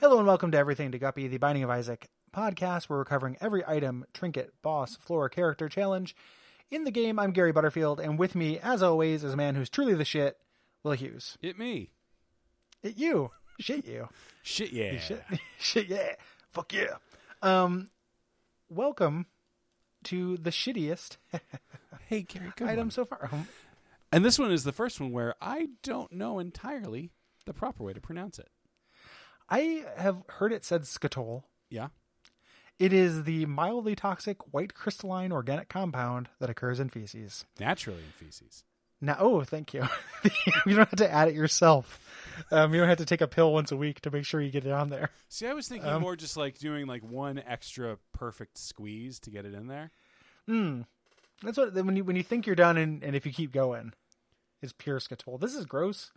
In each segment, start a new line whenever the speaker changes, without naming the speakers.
Hello and welcome to Everything to Guppy, the Binding of Isaac podcast, where we're covering every item, trinket, boss, floor, character, challenge. In the game, I'm Gary Butterfield, and with me, as always, is a man who's truly the shit, Will Hughes.
Hit me.
It you. Shit you.
Shit, yeah.
Shit, shit yeah. Fuck yeah. Um, welcome to the shittiest
Hey, Gary, good
item
one.
so far. Um,
And this one is the first one where I don't know entirely the proper way to pronounce it.
I have heard it said scatol.
Yeah.
It is the mildly toxic white crystalline organic compound that occurs in feces.
Naturally in feces.
Now, oh, thank you. you don't have to add it yourself. Um, you don't have to take a pill once a week to make sure you get it on there.
See, I was thinking
Um.
more just like doing like one extra perfect squeeze to get it in there.
Mm. That's what when you when you think you're done, and, and if you keep going, is pure scatol. This is gross.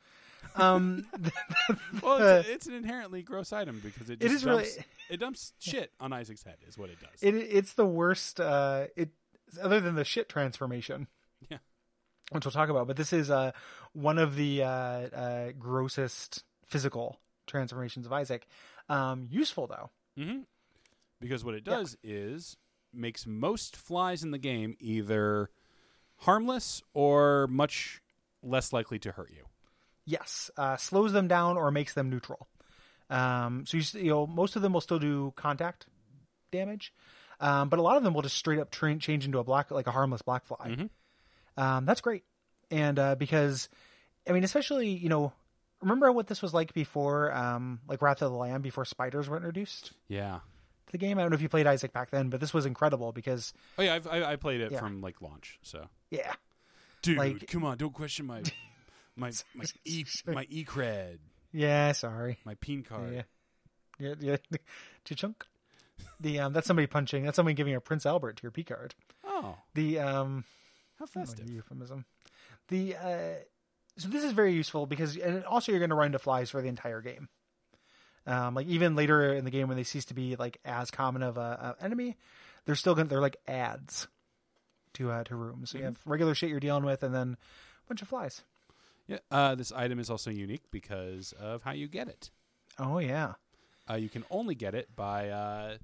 Um,
Well, it's, it's an inherently gross item because it
It
just
is really-
dumps, it dumps shit on Isaac's head is what it does.
it it's the worst. Uh, it other than the shit transformation.
Yeah.
Which we'll talk about, but this is uh one of the uh, uh grossest physical transformations of Isaac. Um, useful though.
hmm Because what it
Yeah.
does is makes most flies in the game either harmless or much less likely to hurt you.
Yes, uh, slows them down or makes them neutral. Um, so you, s- you know most of them will still do contact damage, um, but a lot of them will just straight up tra- change into a black like a harmless black fly.
Mhm.
Um, that's great, and uh, because I mean, especially you know, remember what this was like before, um, like Wrath of the Lamb, before spiders were introduced
Yeah.
to the game. I don't know if you played Isaac back then, but this was incredible because
Oh yeah, I've, I, I played it
Yeah.
from like launch. So,
yeah,
dude,
Like-
come on, don't question my my my e my e cred,
yeah, sorry,
my peen card.
Yeah. Yeah, yeah. Chunk. The um, that's somebody punching. That's somebody giving a Prince Albert to your P card.
Oh,
The um,
how
oh,
festive!
euphemism. The uh, so this is very useful because and also you're going to run into flies for the entire game. Um, like even later in the game when they cease to be like as common of a, a enemy, they're still going. to They're like ads to uh, to rooms. So you have regular shit you're dealing with, and then a bunch of flies.
Yeah, uh, this item is also unique because of how you get it.
Oh yeah.
Uh, you can only get it by uh,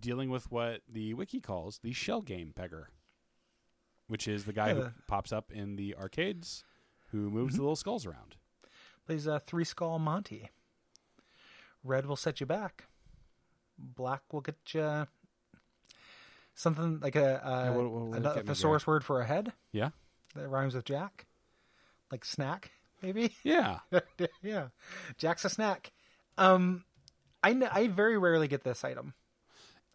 dealing with what the wiki calls the shell game beggar, which is the guy who
Yeah.
pops up in the arcades who
Mm-hmm.
moves the little skulls around.
plays uh, Three Skull Monty. Red will set you back. Black will get you something like a, a,
Yeah, what- what- what
ano-
get me,
thesaurus word for a head
Yeah,
that rhymes with Jack, like snack, maybe.
yeah.
yeah, Jack's a snack. Um, I kn- I very rarely get this item.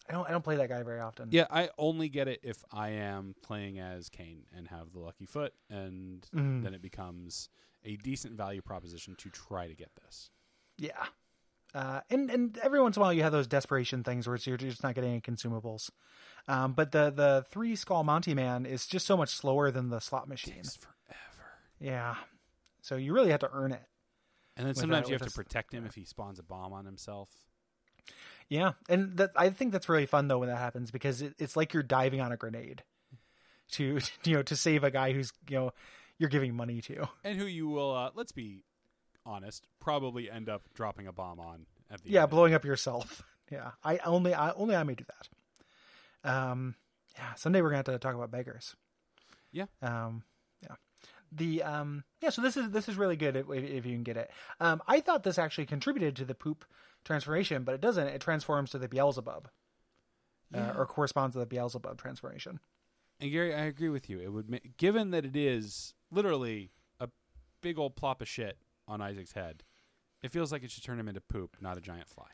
I don't I don't play that guy very often.
Yeah, I only get it if I am playing as Kane and have the lucky foot, and
Mhm.
then it becomes a decent value proposition to try to get this.
Yeah. Uh, and and every once in a while you have those desperation things where it's, you're just not getting any consumables. Um, but the the three skull Monty man is just so much slower than the slot machine.
Takes forever.
Yeah. So you really have to earn it.
And then
With
sometimes
that-
you have
with
to
this-
protect him if he spawns a bomb on himself.
Yeah, and that I think that's really fun though when that happens because it, it's like you're diving on a grenade to you know to save a guy who's you know you're giving money to.
And who you will, uh, let's be honest, probably end up dropping a bomb on at the
yeah
end.
blowing up yourself yeah i only i only i may do that um yeah someday we're gonna have to talk about beggars
Yeah.
um yeah the um yeah so this is this is really good if, if if you can get it um i thought this actually contributed to the poop transformation but it doesn't it transforms to the beelzebub
Yeah.
uh, or corresponds to the beelzebub transformation
And Gary, I agree with you. It would, ma- given that it is literally a big old plop of shit on Isaac's head, it feels like it should turn him into poop, not a giant fly.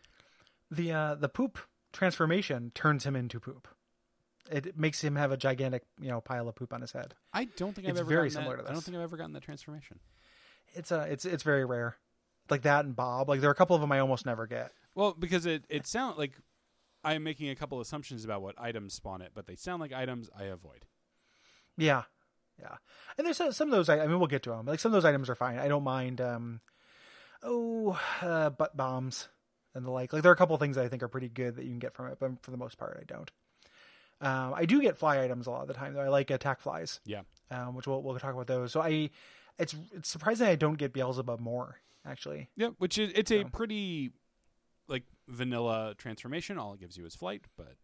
the uh the poop transformation turns him into poop it makes him have a gigantic you know pile of poop on his head
I don't think
It's
I've ever
very
gotten
similar
that.
to
I don't
this.
think I've ever gotten that transformation.
it's a it's it's very rare like that and bob like there are a couple of them i almost never get
Well, because it it sound like I am making a couple assumptions about what items spawn it, but they sound like items I avoid.
yeah yeah and there's some, some of those i I mean we'll get to them like some of those items are fine i don't mind um oh uh, butt bombs and the like like there are a couple of things that i think are pretty good that you can get from it but for the most part i don't um i do get fly items a lot of the time though i like attack flies
Yeah.
um which we'll, we'll talk about those so i it's it's surprising i don't get beelzebub more actually
Yeah, which is it's a pretty like vanilla transformation. All it gives you is flight, but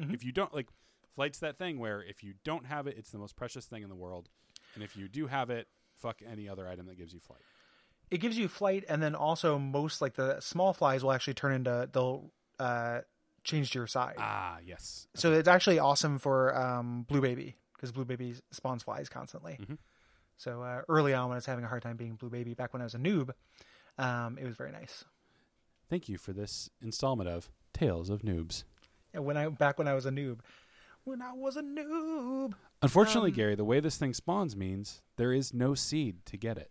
Mhm.
if you don't like flight's that thing where if you don't have it, it's the most precious thing in the world, and if you do have it, fuck any other item that gives you flight.
it gives you flight and then also most like the small flies will actually turn into they'll uh change to your side
Ah, yes.
so it's actually awesome for um blue baby because blue baby spawns flies constantly
Mhm.
so uh, early on when i was having a hard time being blue baby back when i was a noob um it was very nice
Thank you for this installment of Tales of Noobs.
and when i back when i was a noob when i was a noob
Unfortunately,
Um,
Gary, the way this thing spawns means there is no seed to get it.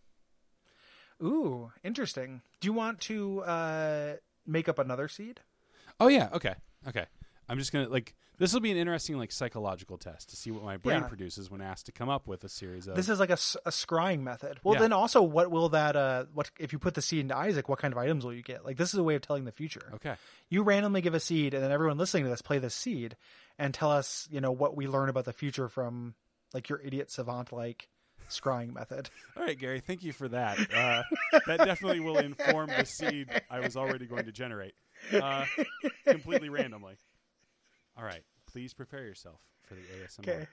ooh interesting do you want to uh make up another seed
Oh yeah, okay. Okay. I'm just going to like this will be an interesting like psychological test to see what my brain
Yeah.
produces when asked to come up with a series of
This is like a, s- a scrying method. Well,
Yeah.
then also, what will that? Uh, what if you put the seed into Isaac? What kind of items will you get? Like this is a way of telling the future.
Okay.
You randomly give a seed, and then everyone listening to this play this seed and tell us, you know, what we learn about the future from like your idiot savant like scrying method.
All right, Gary, thank you for that. Uh, that definitely will inform the seed I was already going to generate uh, completely randomly. All right, please prepare yourself for the ASMR.
Okay.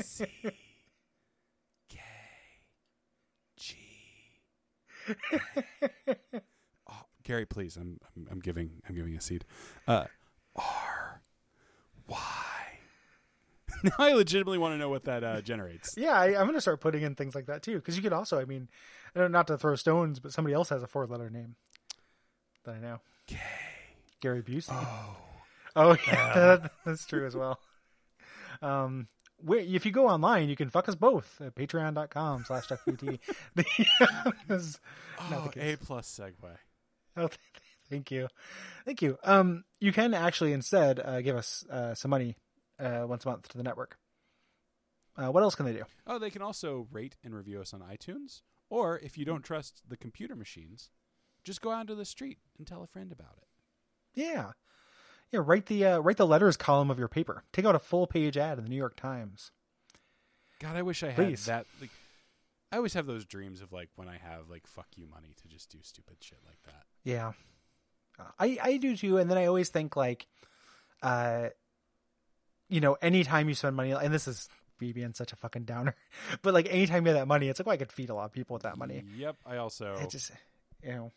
C K G. Oh, Gary, please, I'm, I'm I'm giving I'm giving a seed. Uh, R Y. Now I legitimately want to know what that uh, generates.
Yeah, I, I'm going to start putting in things like that too, because you could also, I mean, I know not to throw stones, but somebody else has a four letter name that I know.
K
Gary Busey.
O.
Oh yeah, that, that's true as well. Um, where, if you go online, you can fuck us both at patreon.com slash duckbt. Because- Not the
Oh, A
case.
plus segue.
oh, th- thank you. Thank you. Um, you can actually instead uh, give us uh, some money uh, once a month to the network. Uh, what else can they do?
Oh, they can also rate and review us on iTunes. Or if you don't trust the computer machines, just go out into the street and tell a friend about it.
Yeah. Yeah, write the uh, write the letters column of your paper. Take out a full page ad in the New York Times.
God, I wish I
Please.
had that. Like, I always have those dreams of like when I have like fuck you money to just do stupid shit like that.
Yeah, I I do too. And then I always think like, uh, you know, anytime you spend money, and this is me being such a fucking downer, but like anytime you have that money, it's like well, I could feed a lot of people with that Uh, money.
Yep. I also
It just, you know,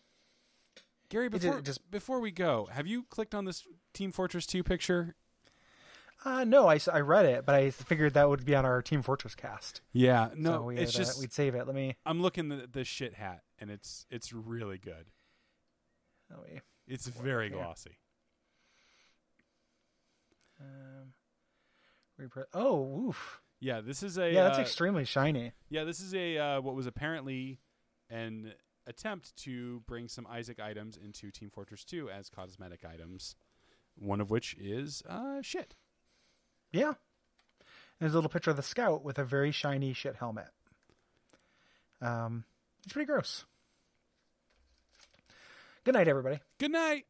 Gary
it
before
ju- just-
before we go, have you clicked on this Team Fortress Two picture?
uh, no, I s- I read it, but I figured that would be on our Team Fortress cast.
Yeah.
so
No,
we
it's
would, uh,
just
we'd save it. Let me.
I'm looking at the shit hat, and it's it's really good.
Let me
It's very
yeah.
glossy.
um, repro- oh, oof.
Yeah, this is a
yeah, that's
uh,
extremely shiny.
Yeah, this is a uh, what was apparently an attempt to bring some Isaac items into Team Fortress 2 as cosmetic items. One of which is uh, shit.
Yeah. There's a little picture of the scout with a very shiny shit helmet. Um, it's pretty gross. Good night, everybody.
Good night.